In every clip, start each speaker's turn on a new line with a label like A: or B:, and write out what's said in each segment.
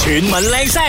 A: 全民靚聲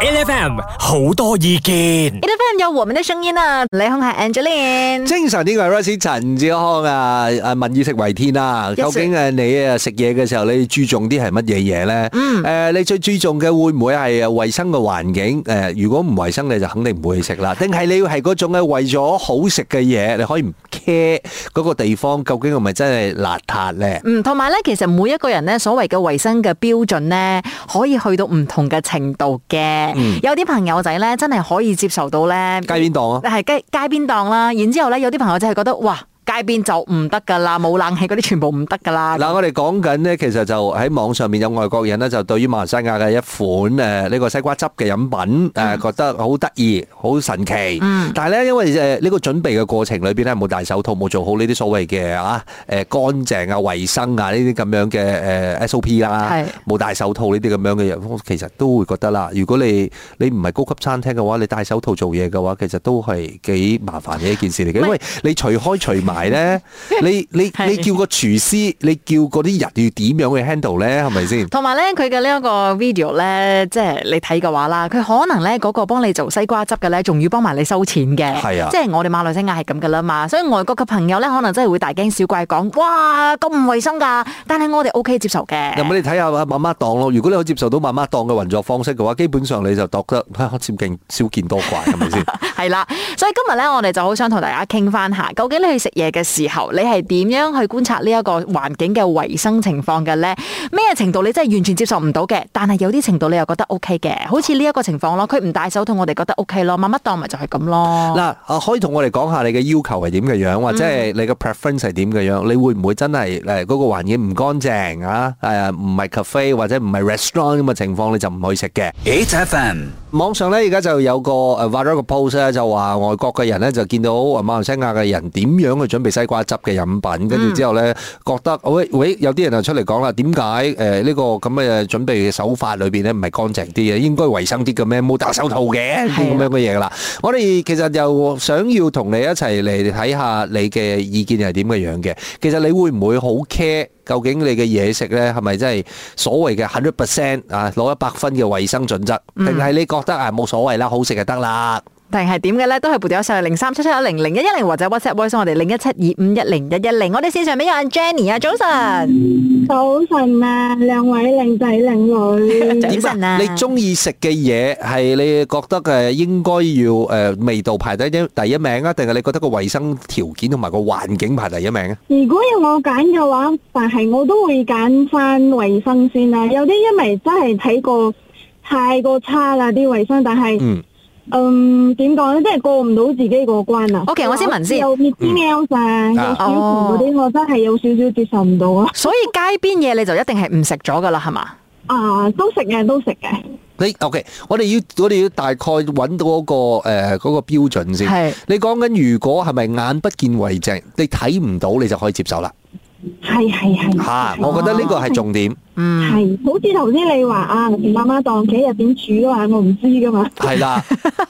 A: ，LFM 好多意見
B: e。d f m 有我們的聲音啊！你好，係 Angeline。
C: 精神呢個係 Royce 陳志康啊，誒民以食為天啊。究竟誒你啊食嘢嘅時候，你注重啲係乜嘢嘢咧？誒、你最注重嘅會唔會係誒呃衞生嘅環境？誒、呃如果唔衞生，你就肯定唔會去食啦。定係你要係嗰種咧為咗好食嘅嘢，你可以唔 care 嗰個地方究竟係咪真係邋遢咧？
B: 嗯，同埋咧，其實每一個人咧所謂嘅衞生嘅標準咧，可以去到唔同嘅程度嘅。有啲朋友仔咧，真係可以接受到咧，
C: 嗯街邊檔啊！
B: 係街街邊檔啦。然之後咧，有啲朋友仔係覺得哇，街邊就唔得㗎啦，冇冷氣嗰啲全部唔得㗎啦。
C: 嗱，我哋講緊呢，其實就喺網上面有外國人呢，就對於馬來西亞嘅一款誒呢個西瓜汁嘅飲品誒覺得好得意、好神奇。但係呢，因為誒呢個準備嘅過程裏邊呢，冇戴手套、冇做好呢啲所謂嘅啊誒乾淨啊、衞生啊呢啲咁樣嘅誒 SOP 啦
B: 係，
C: 冇戴手套呢啲咁樣嘅嘢，我其實都會覺得啦。如果你你唔係高級餐廳嘅話，你戴手套做嘢嘅話，其實都係幾麻煩嘅一件事嚟嘅，因為你除開除埋呢，你你
B: 係
C: 你叫個廚師，你叫嗰啲人要點樣去 handle 咧？係咪先？
B: 同埋咧，佢嘅呢一個 video 咧，即係你睇嘅話啦，佢可能咧嗰個幫你做西瓜汁嘅咧，仲要幫埋你收錢嘅。
C: 係啊
B: 即係我哋馬來西亞係咁噶啦嘛，所以外國嘅朋友咧，可能真係會大驚小怪講，哇咁唔衞生㗎，但係我哋 OK 接受嘅。
C: 咁你睇下啊媽媽檔咯，如果你可以接受到媽媽檔嘅運作方式嘅話，基本上你就覺得啊少見少見多怪，係咪先？
B: 係啦，所以今日咧，我哋就好想同大家傾翻下，究竟你去食嘢嘅時候，你係點樣去觀察呢一個環境嘅衞生情況嘅咧？咩程度你真係完全接受唔到嘅，但係有啲程度你又覺得 O K 嘅，好似呢一個情況咯，佢唔戴手套，我哋覺得 O K 咯，乜乜檔咪就係咁咯。
C: 嗱，啊可以同我哋講下你嘅要求係點嘅樣，或者係你嘅 preference 係點嘅樣？你會唔會真係誒嗰個環境唔乾淨啊？誒唔係 cafe 或者唔係 restaurant 咁嘅情況，你就唔去食嘅。
A: 8FM
C: 網上咧而家就有個誒 viral 嘅 post 咧，就話外國嘅人咧就見到誒馬來西亞嘅人點樣去準備西瓜汁嘅飲品，跟住之後咧覺得喂喂，有啲人就出嚟講啦，點解誒呢個咁嘅準備嘅手法裏邊咧唔係乾淨啲嘅，應該衞生啲嘅咩？冇戴手套嘅呢啲咁樣嘅嘢㗎啦。我哋其實又想要同你一齊嚟睇下你嘅意見係點嘅樣嘅。其實你會唔會好 care？究竟你嘅嘢食咧係咪真係所謂嘅 hundred percent 啊攞一百分嘅衞生準則，定係你覺得啊冇所謂啦，好食就得啦？
B: 定係點嘅咧？都係撥電話上去零三七七一零零一一零或者 WhatsApp voice 我哋零一七二五一零一一零。我哋線上邊有阿 Jenny 啊，早晨，
D: 早晨啊，兩位靚仔靚女，
B: 早晨啊，
C: 你中意食嘅嘢係你覺得誒應該要誒味道排第一第一名啊，定係你覺得個衞生條件同埋個環境排第一名啊？
D: 如果要我揀嘅話，但係我都會揀翻衞生先啦。有啲因為真係睇過太過差啦啲衞生，但係
C: 嗯，
D: 嗯點講咧，即係過唔到自己個關啊。
B: OK，我先問先嗯哦
D: 有 m i c k e u s 啊，有
C: 啊
D: 小蟲嗰啲，我真係有少少接受唔到啊！
B: 所以街邊嘢你就一定係唔食咗噶啦，係嘛？
D: 啊，都食嘅，都食嘅。
C: 你 OK，我哋要我哋要大概揾到嗰個誒嗰個標準先。
B: 係
C: 你講緊如果係咪眼不見為淨，你睇唔到你就可以接受啦。
D: 係係
E: 嗯
D: 係。
B: 啊
C: 嚇，我覺得呢個係重點。
B: 嗯。
D: 係，好似頭先你話啊，媽媽檔企入點煮噶嘛，我唔知噶嘛，
C: 係啦，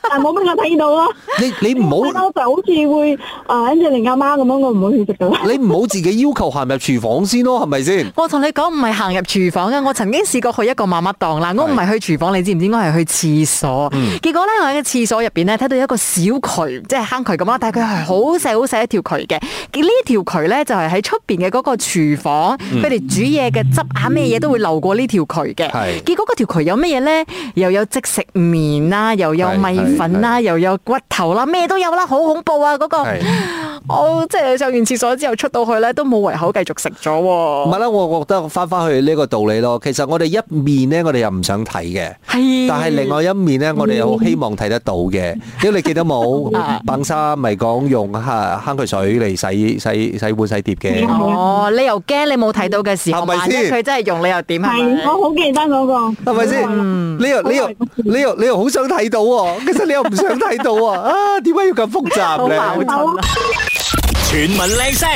D: 但冇乜我睇到咯。
C: 你你唔好
D: 我就好似會啊，跟住另阿媽咁樣，我唔會去食噶啦。
C: 你唔好自己要求行入廚房先咯，係咪先？
B: 我同你講唔係行入廚房啊嘅，我曾經試過去一個媽媽檔啦，我唔係去廚房，你知唔知？我係去廁所。
C: 嗯
B: 結果咧，我喺個廁所入邊咧睇到一個小渠，即係坑渠咁啦，但係佢係好細好細一條渠嘅。呢條渠咧就係喺出邊嘅嗰個廚房，
C: 嗯
B: 佢哋煮嘢嘅汁啊咩嘢都會流過呢條渠嘅。
C: 係
B: 結果嗰條渠有乜嘢咧？又有即食麵啦，又有
C: 係
B: 米粉啦，又有骨頭啦，咩都有啦，好恐怖啊！嗰、個
C: 係
B: 我即係上完廁所之後出到去咧，都冇胃口繼續食咗喎。
C: 唔係啦，我覺得翻翻去呢個道理咯。其實我哋一面呢，我哋又唔想睇嘅。
B: 係，
C: 但係另外一面呢，我哋好希望睇得到嘅，因為你記得冇
B: 啊，
C: 棒沙咪講用嚇坑渠水嚟洗洗洗碗洗碟嘅。
B: 哦，你又驚你冇睇到嘅時候，
C: 係咪
B: 萬一
C: 先
B: 佢真係用你又點係
D: 係，
B: 咪？嗯
D: 我好記得嗰個。
C: 係咪先？你又你又你又你又好想睇到喎，其實你又唔想睇到 喎，啊點解要咁複
B: 好
C: 雜
B: 矛
C: 咧
B: 盾？啊！
A: 全民靚聲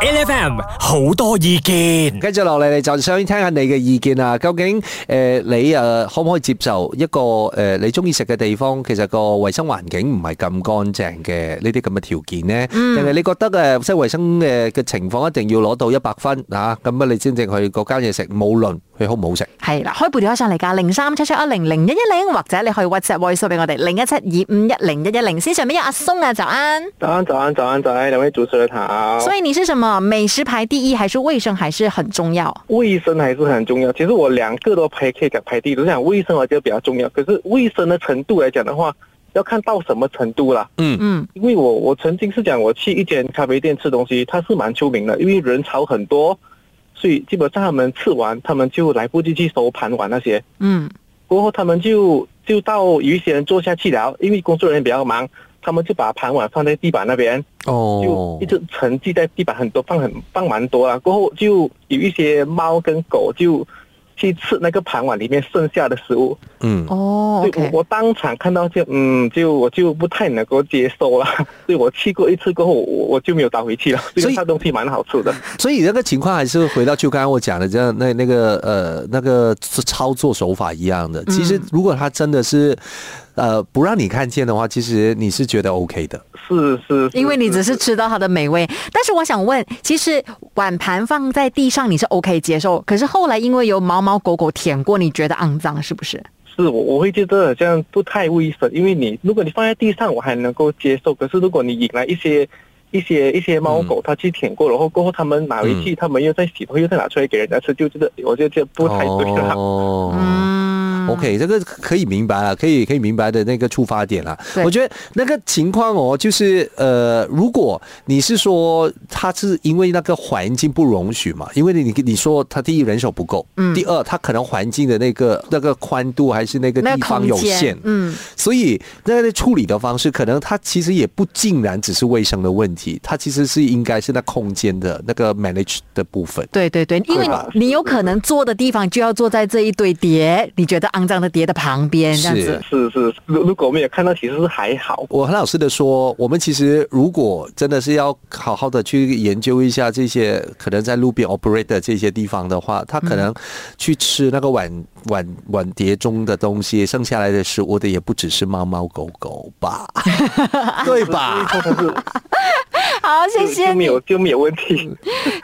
A: ，LFM 好多意見。
C: 跟住落嚟，你就想聽下你嘅意見啊！究竟誒、呃你誒、呃可唔可以接受一個誒、呃你中意食嘅地方，其實個衞生環境唔係咁乾淨嘅呢啲咁嘅條件呢？定係、你覺得誒、呃即係衞生嘅嘅情況一定要攞到一百分啊？咁啊，你先至去嗰間嘢食，無論佢好唔好食。
B: 系啦，可以撥電話上嚟㗎，零三七七一零零一一零，或者你可以 WhatsApp voice 俾我哋零一七二五一零一一零。先上面有阿松啊，早安。
F: 早安，早安，早安，早安，两位主持人好。
B: 所以你是什麼美食排第一，還是卫生还是很重要？
F: 卫生还是很重要。其实我两个都排可以讲排第一，只是讲卫生我觉得比较重要。可是卫生的程度来讲的话，要看到什么程度啦。
B: 嗯
F: 因为我我曾经是讲我去一间咖啡店吃东西，它是蛮出名的，因为人潮很多，所以基本上他们吃完，他们就来不及去收盘碗那些。
B: 嗯
F: 过后他们就就到有一些人坐下去了，因为工作人员比较忙，他们就把盘碗放在地板那边。就
C: 哦
F: 一直沉积在地板很多，放很放蛮多啊。过后就有一些猫跟狗就去吃那个盘碗里面剩下的食物。
C: 嗯，
B: 哦
F: 所以
B: ，OK，
F: 我我当场看到就嗯，就我就不太能够接 受了。所以我去过一次过后，我我就没有打回去了。
C: 所
F: 所
C: 以
F: 以它东西蛮好吃的。
C: 所以那个情况还是回到就刚刚我讲的这样那那个呃那个操作手法一样的。其实如果他真的是呃不让你看见的话，其实你是觉得 OK 的。
F: 是是是
B: 因为你只是吃到它的美味。但是我想问，其实碗盘放在地上你是 OK 接受，可是后来因为有猫猫狗狗舔过，你觉得肮脏是不是？
F: 是我我会觉得这样不太卫生，因为你如果你放在地上我还能够接受，可是如果你引来一些一些一些猫狗，它去舔过，然后过后它们拿回去，它们又再洗，又再拿出来给人家吃，就觉得我就觉得不太对了。
C: 哦
B: 嗯
C: OK，这个可以明白了，可以可以明白的那个出发点了。
B: 对
C: 我觉得那个情况哦，就是呃，如果你是说他是因为那个环境不容许嘛，因为你你说他第一人手不够，
B: 嗯
C: 第二他可能环境的那个那个宽度还是那个
B: 那
C: 地
B: 个
C: 方
B: 空
C: 有限
B: 间，，嗯，
C: 所以那个处理的方式，可能它其实也不尽然只是卫生的问题，它其实是应该是那空间的那个 manage 的部分。
B: 对对对，因为
F: 对吧
B: 你有可能坐的地方就要坐在这一堆碟，你觉得肮脏的碟的旁边这样子
C: 是。
F: 是是，如如果我们也看到，其实是还好。
C: 我很老实的说，我们其实如果真的是要好好的去研究一下这些可能在路边 operate 的这些地方的话，他可能去吃那个碗碗碗碟中的东西，剩下来的食物的也不只是猫猫狗狗吧，对吧？
F: 通常是
B: 好，谢
F: 就
B: 谢
F: 就没
C: 嗯
B: 你，
F: 有就没有问题。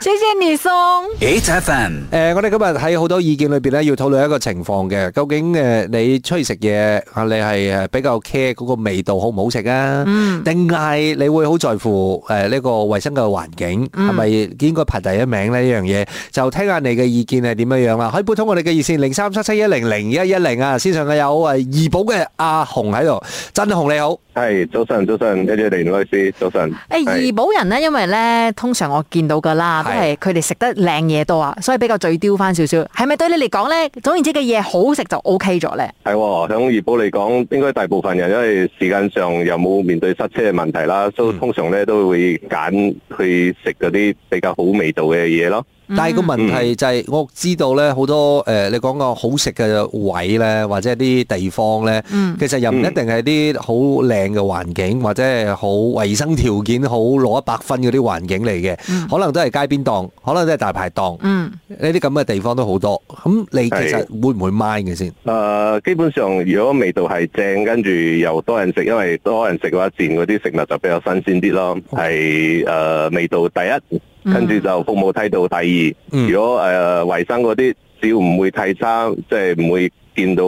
B: 谢谢你松。
A: ，H F M，
C: 誒、呃我哋今日喺好多意見裏邊咧，要討論一個情況嘅，究竟誒、你出去食嘢啊，你係誒比較 care 嗰個味道好唔好食啊？定係、你會好在乎誒呃呢、個衞生嘅環境係咪、應該排第一名呢？呢樣嘢就聽下你嘅意見係點樣樣啦。可以撥通我哋嘅熱線零三七七一零零一一零啊，線上嘅有誒怡寶嘅阿紅喺度，真紅你好。
G: 系早晨，早晨，一一零女士，早晨。
B: 誒
G: 係
B: 哎怡保人咧，因為咧通常我見到噶啦，都係
C: 係
B: 佢哋食得靚嘢多啊，所以比較嘴刁翻少少。係咪對你嚟講咧？總言之嘅嘢好食就 O K 咗咧。
G: 系喎，響怡保嚟講，應該大部分人因為時間上又冇面對塞車嘅問題啦，所以通常咧都會揀去食嗰啲比較好味道嘅嘢咯。
B: 嗯
C: 但係個問題就係、我知道咧好多誒、呃你講個好食嘅位咧，或者啲地方咧，
B: 嗯
C: 其實又唔一定係啲好靚嘅環境，或者係好衞生條件好攞一百分嗰啲環境嚟嘅，可能都係街邊檔，可能都係大排檔，
B: 嗯，
C: 呢啲咁嘅地方都好多。咁你其實會唔會 mind 嘅先？
G: 诶、啊基本上如果味道係正，跟住又多人食，因為多人食嘅話，自然嗰啲食物就比較新鮮啲咯。係诶、呃味道第一，跟住就服務態度第二。
C: 嗯
G: 如果诶卫、衞生嗰啲，只要唔會太差，即係唔會見到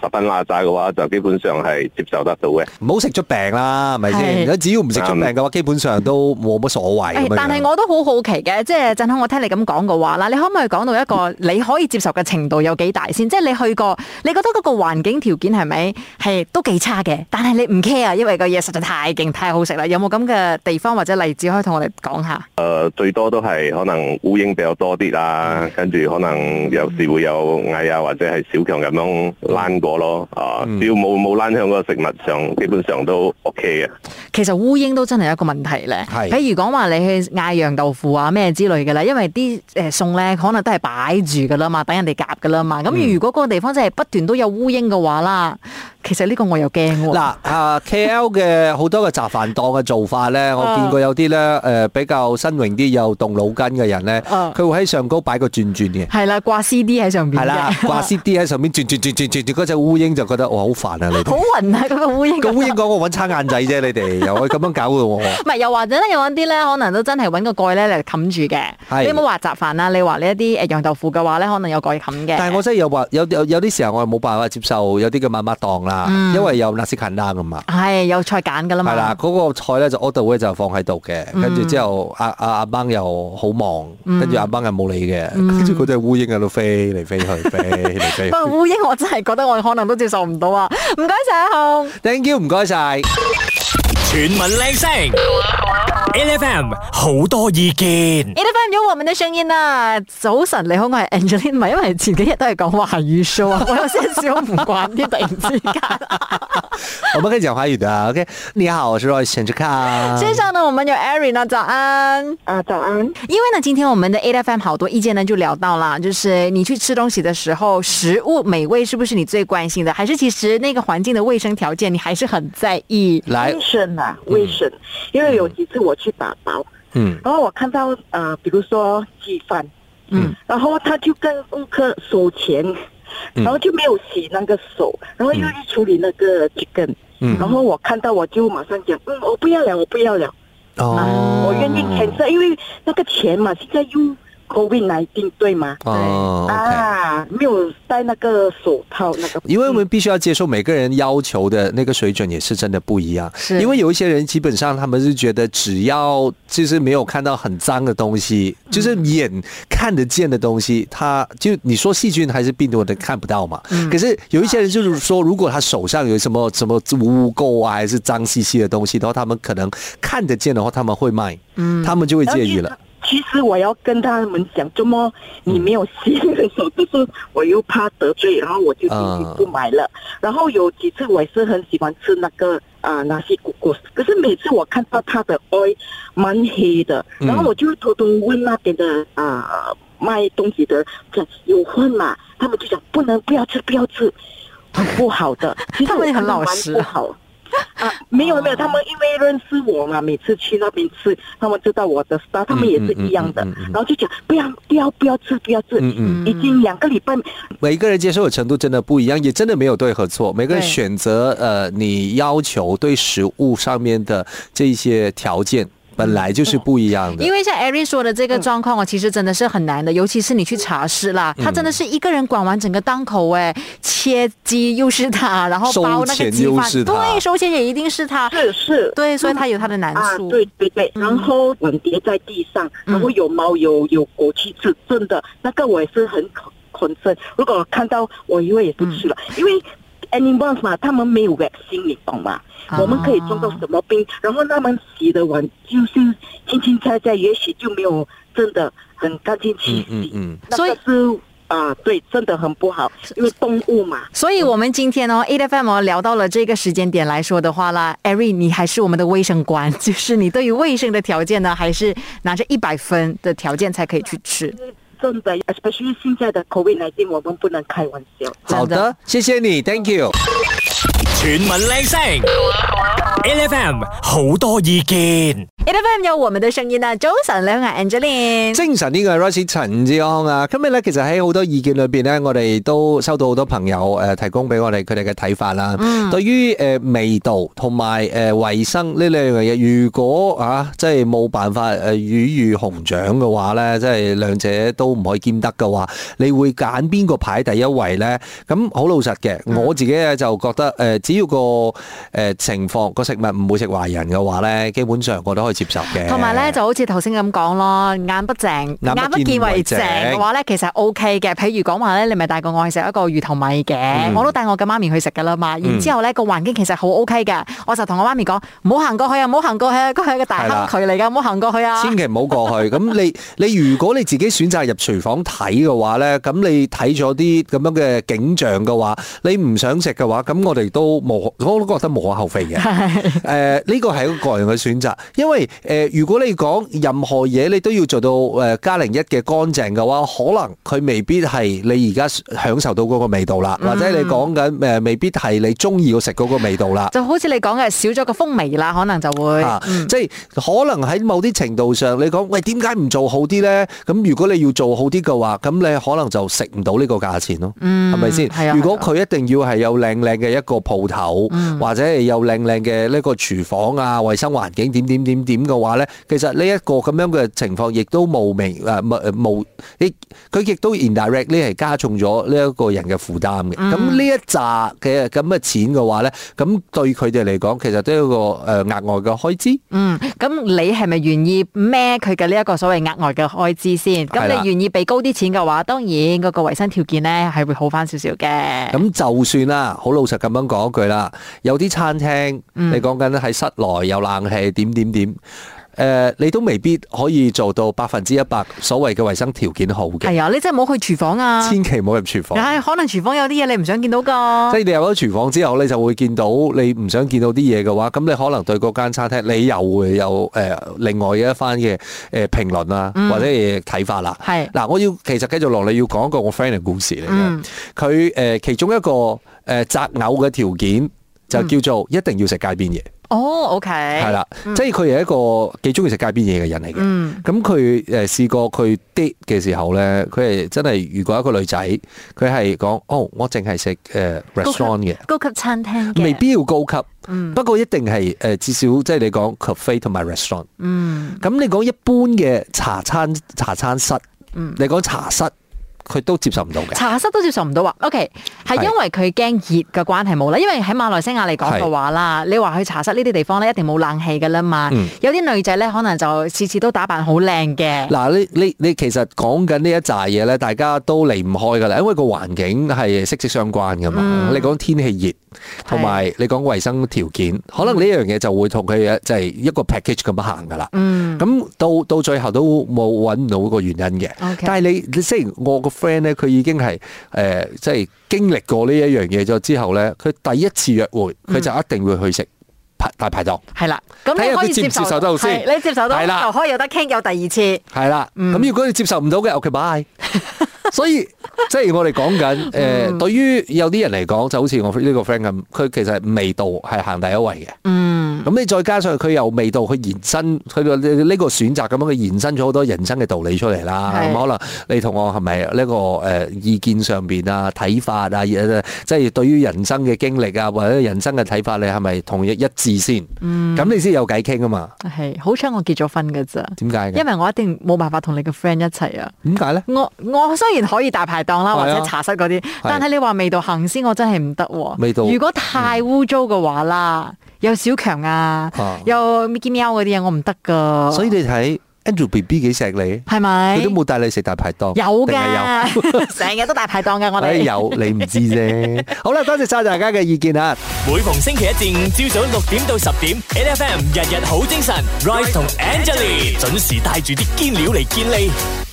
G: 十分邋遢嘅話，就基本上係接受得到嘅。
C: 唔好食出病啦，係咪
B: 係
C: 先？如果只要唔食出病嘅話，基本上都冇乜所謂咁
B: 誒
C: 樣樣。
B: 但係我都好好奇嘅，即係振康，我聽你咁講嘅話啦，你可唔可以講到一個你可以接受嘅程度有幾大先？即係你去過，你覺得嗰個環境條件係咪係都幾差嘅？但係你唔 care，因為個嘢實在太勁太好食啦。有冇咁嘅地方或者例子可以同我哋講下？
G: 誒、呃最多都係可能烏蠅比較多啲啦，跟住可能有時會有蟻啊，或者係小強咁樣躝過咯。啊，
C: 嗯
G: 只要冇冇躝向個食物上，基本上都 OK 嘅。
B: 其實烏蠅都真係一個問題咧。
C: 係
B: 譬如講話你去嗌羊豆腐啊咩之類嘅啦，因為啲誒餸咧可能都係擺住噶啦嘛，等人哋夾噶啦嘛。咁如果嗰個地方真係不斷都有烏蠅嘅話啦，其實呢個我又驚喎。
C: 嗱，啊 KL 嘅好多嘅雜飯檔嘅做法咧，
B: 啊
C: 我見過有啲咧誒比較新穎啲又動腦筋嘅人咧，
B: 啊
C: 佢會喺上高擺個轉轉嘅。
B: 係啦，掛 CD 喺上邊
C: 係啦，
B: 嘅，
C: 掛 CD 喺上面轉轉轉轉轉轉，嗰只烏蠅就覺得哇好煩啊！你
B: 好
C: 哋
B: 暈啊！嗰個烏蠅
C: 個烏蠅講我揾餐晏仔啫，你哋又可以咁樣搞嘅 喎。
B: 唔係，又或者咧有一啲咧，可能都真係揾個蓋咧嚟冚住嘅。
C: 係
B: 你唔好話雜飯啊啦，你話呢一啲誒釀豆腐嘅話咧，可能有蓋冚嘅。
C: 但係我真係有話有有有啲時候我係冇辦法接受有啲嘅媽媽檔啦，
B: 嗯
C: 因為有納斯近啦咁啊。
B: 係有菜揀㗎啦
C: 係
B: 啊嘛。嗯
C: 啦，嗰、個菜咧就 order 咧就放喺度嘅，跟住之後阿阿阿掹又好忙，跟住阿掹又冇理嘅，跟住嗰只烏蠅喺度飛 嚟飛去，飛嚟飛
B: 嗯
C: 去
B: 不。過烏蠅我真係覺得我可能都接受唔到啊！唔該晒阿紅。
C: Thank you，唔該晒。
A: chuyển mình lên sóng, LFM, nhiều ý kiến.
B: e l e p h a n 有我們的聲音啊！早晨你好，我係 Angeline，唔係因為前幾日都係講華語 show 啊，我有些少唔慣啲，突然之 間。
C: 我們可以講華語的，OK？你啊 好，我是 Roy 沈 志康。
B: 先生呢，我們有 Erin 啊，早安。
E: 呃
D: 啊，早
C: 嗯
D: 安。
B: 因为呢，今天我们的 A F M 好多意见呢，就聊到啦，就是你去吃东西的时候，食物美味是不是你最关心的？还是其实那个环境的卫生条件你还是很在意？
C: 來
E: 卫，生啊，卫生，因为有几次我去打包，
C: 嗯
E: 然后我看到呃，比如说鸡饭，
B: 嗯，
E: 然后他就跟顾客收钱，
C: 嗯
E: 然后就没有洗那个手，然后又去处理那个 chicken，
C: 嗯
E: 然后我看到我就马上讲，嗯，我不要了，我不要了，
C: 哦，
E: 我愿意 cancel，因为那个钱嘛，现在用 COVID 来定对吗？
C: 哦，OK。
E: 啊，没有戴那个手套那个，嗯
C: 因为我们必须要接受每个人要求的那个水准也是真的不一样，
B: 是
C: 因为有一些人基本上他们是觉得只要就是没有看到很脏的东西，就是眼看得见的东西，他就你说细菌还是病毒的看不到嘛。可是有一些人就是说，如果他手上有什么什么污垢啊，还是脏兮兮的东西的话，他们可能看得见的话，他们会卖，他们就会介意了。嗯
E: 其实我要跟他们讲，这么你没有洗那个手，但是我又怕得罪，然后我就进去不买了。
C: 啊
E: 然后有几次我也是很喜欢吃那个啊、呃、纳西果果，可是每次我看到它的 oil 蛮黑的，
C: 嗯
E: 然后我就偷偷问那边的啊、呃卖东西的讲有换嘛，他们就讲不能不要吃不要吃，很不好 的。其实
B: 他
E: 我
B: 们也很
E: 看到
B: 老
E: 蛮
B: 实
E: 不好。啊，没有没有，他们因为认识我嘛，每次去那边吃，他们知道我的 star，他们也是一样的，
C: 嗯嗯嗯嗯嗯
E: 然后就讲不要不要不要吃不要吃，
C: 嗯嗯
E: 已经两个礼拜
C: 每一个人接受的程度真的不一样，也真的没有对和错。每个人选择呃，你要求对食物上面的这一些条件，本来就是不一样的。
B: 因为像 Erin 说的这个状况，哦，其实真的是很难的，尤其是你去茶室啦，
C: 嗯
B: 他真的是一个人管完整个档口，哎，切鸡又是他，然后包那个
C: 收钱
B: 鸡
C: 又
B: 饭
C: 是，他
B: 对，收钱也一定是他，
E: 是是，
B: 对，所以他有他的难
E: 啊，
B: 处。嗯
E: 对对对，然后碗碟在地上，然后有猫有有狗去吃，真的那个我也是很恐恐生。如果我看到，我以为也不吃了，
B: 嗯
E: 因为 animals 嘛，他们没有 vaccine，你懂吗？
B: 啊
E: 我们可以中到什么病？然后他们洗的碗就是青青菜菜，也许就没有真的很干净清洗。
C: 嗯嗯嗯
E: 那
B: 所以
E: 个是啊、对，真的很不好，因为动物嘛。
B: 所以，我们今天哦，A F M 哦聊到了这个时间点来说的话啦 e r i 你还是我们的卫生官，就是你对于卫生的条件呢，还是拿着一百分的条件才可以去吃。
E: 真的，especially 现在的 COVID 来我们不能开玩笑。
C: 好
B: 真的
C: 的，谢谢你，Thank you。
A: chuyển mình lên sóng, LFM, nhiều ý kiến.
B: A F M 有我们的声音啊，早晨你好，我係 Angeline。
C: 精神呢個係 Royce 陳志康啊，今日咧其實喺好多意見裏邊咧，我哋都收到好多朋友誒、呃提供俾我哋佢哋嘅睇法啦。對於誒、呃味道同埋誒衞生呢兩樣嘢，如果啊即係冇辦法誒魚與熊掌嘅話咧，即係兩者都唔可以兼得嘅話，你會揀邊個排第一位咧？咁好老實嘅，我自己咧就覺得誒、呃只要個誒、呃情況個食物唔會食壞人嘅話咧，基本上我都可以接受嘅。
B: 同埋咧，就好似頭先咁講咯，眼不正，
C: 眼不
B: 眼不見
C: 見
B: 為
C: 為
B: 淨
C: 淨
B: 嘅話咧，其實 O K 嘅。譬如講話咧，你咪帶過我去食一個魚頭米嘅，
C: 嗯
B: 我都帶我嘅媽咪去食噶啦嘛。然之後咧，個環境其實好 O K 嘅，我就同我媽咪講：唔好行過去啊，唔好行過去啊，嗰係個大
C: 係啦
B: 坑渠嚟㗎，唔好行過去 啊。
C: 千祈唔好過去。咁你你如果你自己選擇入廚房睇嘅話咧，咁你睇咗啲咁樣嘅景象嘅話，你唔想食嘅話，咁我哋都無可，我都覺得無可厚非嘅。誒，呢個係一個個人嘅選擇，因為係诶，誒如果你講任何嘢，你都要做到诶加零一嘅乾淨嘅話，可能佢未必係你而家享受到嗰個味道啦，或者你講緊诶未必係你中意要食嗰個味道啦。
B: 就好似你講嘅，少咗個風味啦，可能就會。嗯
C: 啊，即係可能喺某啲程度上，你講喂點解唔做好啲咧？咁如果你要做好啲嘅話，咁你可能就食唔到呢個價錢咯，係咪
B: 係啊嗯
C: 先？如果佢一定要係有靚靚嘅一個鋪頭，或者係有靚靚嘅呢個廚房啊、衞生環境點點點點嘅話咧，其實呢一個咁樣嘅情況亦都無名誒無誒無，你佢亦都 indirectly 係加重咗呢一個人嘅負擔嘅。咁呢一扎嘅咁嘅錢嘅話咧，咁對佢哋嚟講，其實都有一個誒額外嘅開支。
B: 嗯，咁你係咪願意孭佢嘅呢一個所謂額外嘅開支先？咁
C: 係啦
B: 你願意俾高啲錢嘅話，當然嗰個衞生條件咧係會好翻少少嘅。
C: 咁就算啦，好老實咁樣講一句啦，有啲餐廳、
B: 嗯
C: 你講緊喺室內有冷氣點點點，誒、你都未必可以做到百分之一百所謂嘅衞生條件好嘅，
B: 係啊，你真係冇去廚房啊！
C: 千祈唔好入廚房。
B: 唉，可能廚房有啲嘢你唔想見到噶
C: 即。係你入咗廚房之後，你就會見到你唔想見到啲嘢嘅話，咁你可能對嗰間餐廳你又會有誒、另外嘅一番嘅誒評論啊，或者嘢睇法啦。
B: 嗯係
C: 嗱，我要其實繼續落嚟要講一個我 friend 嘅故事嚟
B: 嗯
C: 嘅。佢誒、其中一個誒、擇偶嘅條件就叫
B: 嗯
C: 做一定要食街邊嘢。
B: 哦，OK，係
C: 係啦，即係佢係一個幾中意食街邊嘢嘅人嚟
B: 嗯
C: 嘅。咁佢誒試過佢 date 嘅時候咧，佢係真係如果一個女仔，佢係講哦，我淨係食誒 restaurant 嘅。
B: 高級餐廳嘅，嗯
C: 未必要高級，不過一定係誒、呃至少即係你講 cafe 同埋 restaurant。
B: 嗯
C: 咁你講一般嘅茶餐茶餐室，你講茶室，佢都接受唔到嘅。
B: 嗯茶室都接受唔到啊。OK，係
C: 係
B: 因為佢驚熱嘅關係冇啦。因為喺馬來西亞嚟講嘅話啦，你話去茶室呢啲地方咧，一定冇冷氣噶啦嘛。
C: 嗯
B: 有啲女仔咧，可能就次次都打扮好靚嘅。
C: 嗱，你你你其實講緊呢一紮嘢咧，大家都離唔開㗎啦，因為個環境係息息相關㗎嘛。
B: 嗯
C: 你講天氣熱，同埋你講衞生條件，可能呢樣嘢就會同佢嘅就係一個 package 咁樣行㗎啦。
B: 嗯
C: 咁到到最後都冇揾唔到個原因嘅。
B: OK
C: 但係你你雖然我個 friend 咧，佢已經係誒、呃即係經歷過呢一樣嘢咗之後咧，佢第一次約會
B: 嗯
C: 佢就一定會去食排大排檔。
B: 係啦，咁
C: 睇
B: 你
C: 下
B: 可以
C: 佢接唔接受到先
B: 係你接受到
C: 係啦
B: 就可以有得傾，有第二次。
C: 係啦，咁、
B: 嗯
C: 如果你接受唔到嘅，OK bye。所以即係我哋講
B: 嗯
C: 緊誒，對於有啲人嚟講，就好似我呢個 friend 咁，佢其實味道係行第一位嘅。
B: 嗯，
C: 咁你再加上佢由味道去延伸，佢個呢個選擇咁樣，佢延伸咗好多人生嘅道理出嚟啦。
B: 係
C: 咁可能你同我係咪呢個誒意見上邊啊、睇法啊，呃即係對於人生嘅經歷啊，或者人生嘅睇法，你係咪同一一致先？
B: 嗯
C: 咁你先有偈傾啊嘛？
B: 係好彩我結咗婚嘅咋，
C: 點解
B: 因
C: 嘅？
B: 為我一定冇辦法同你嘅 friend 一齊啊。
C: 點解咧？
B: 我我雖然可以大排檔啦，
C: 係
B: 或
C: 啊
B: 者茶室嗰啲，但係你話味道行先，我真係唔得喎。
C: 味道嗯
B: 如果太污糟嘅話啦，有小強啊
C: 啊，
B: 有 Mickey 喵嗰啲嘢，我唔得噶。
C: 所以你睇 Andrew B B 幾錫你，
B: 係咪？
C: 佢都冇帶你食大排檔，
B: 有
C: 定係有。
B: 噶，成日都大排檔嘅我
C: 哎
B: 哋。
C: 有你唔知啫。好啦，多謝晒大家嘅意見啊！
A: 每逢星期一至五朝早六點到十點，N F M 日日好精神，Rise 同 Angelie 準時帶住啲堅料嚟健利。